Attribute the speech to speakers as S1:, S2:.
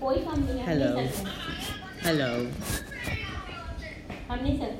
S1: कोई काम नहीं है हम नहीं
S2: Hello.
S1: सकते
S2: Hello.
S1: हम नहीं सकते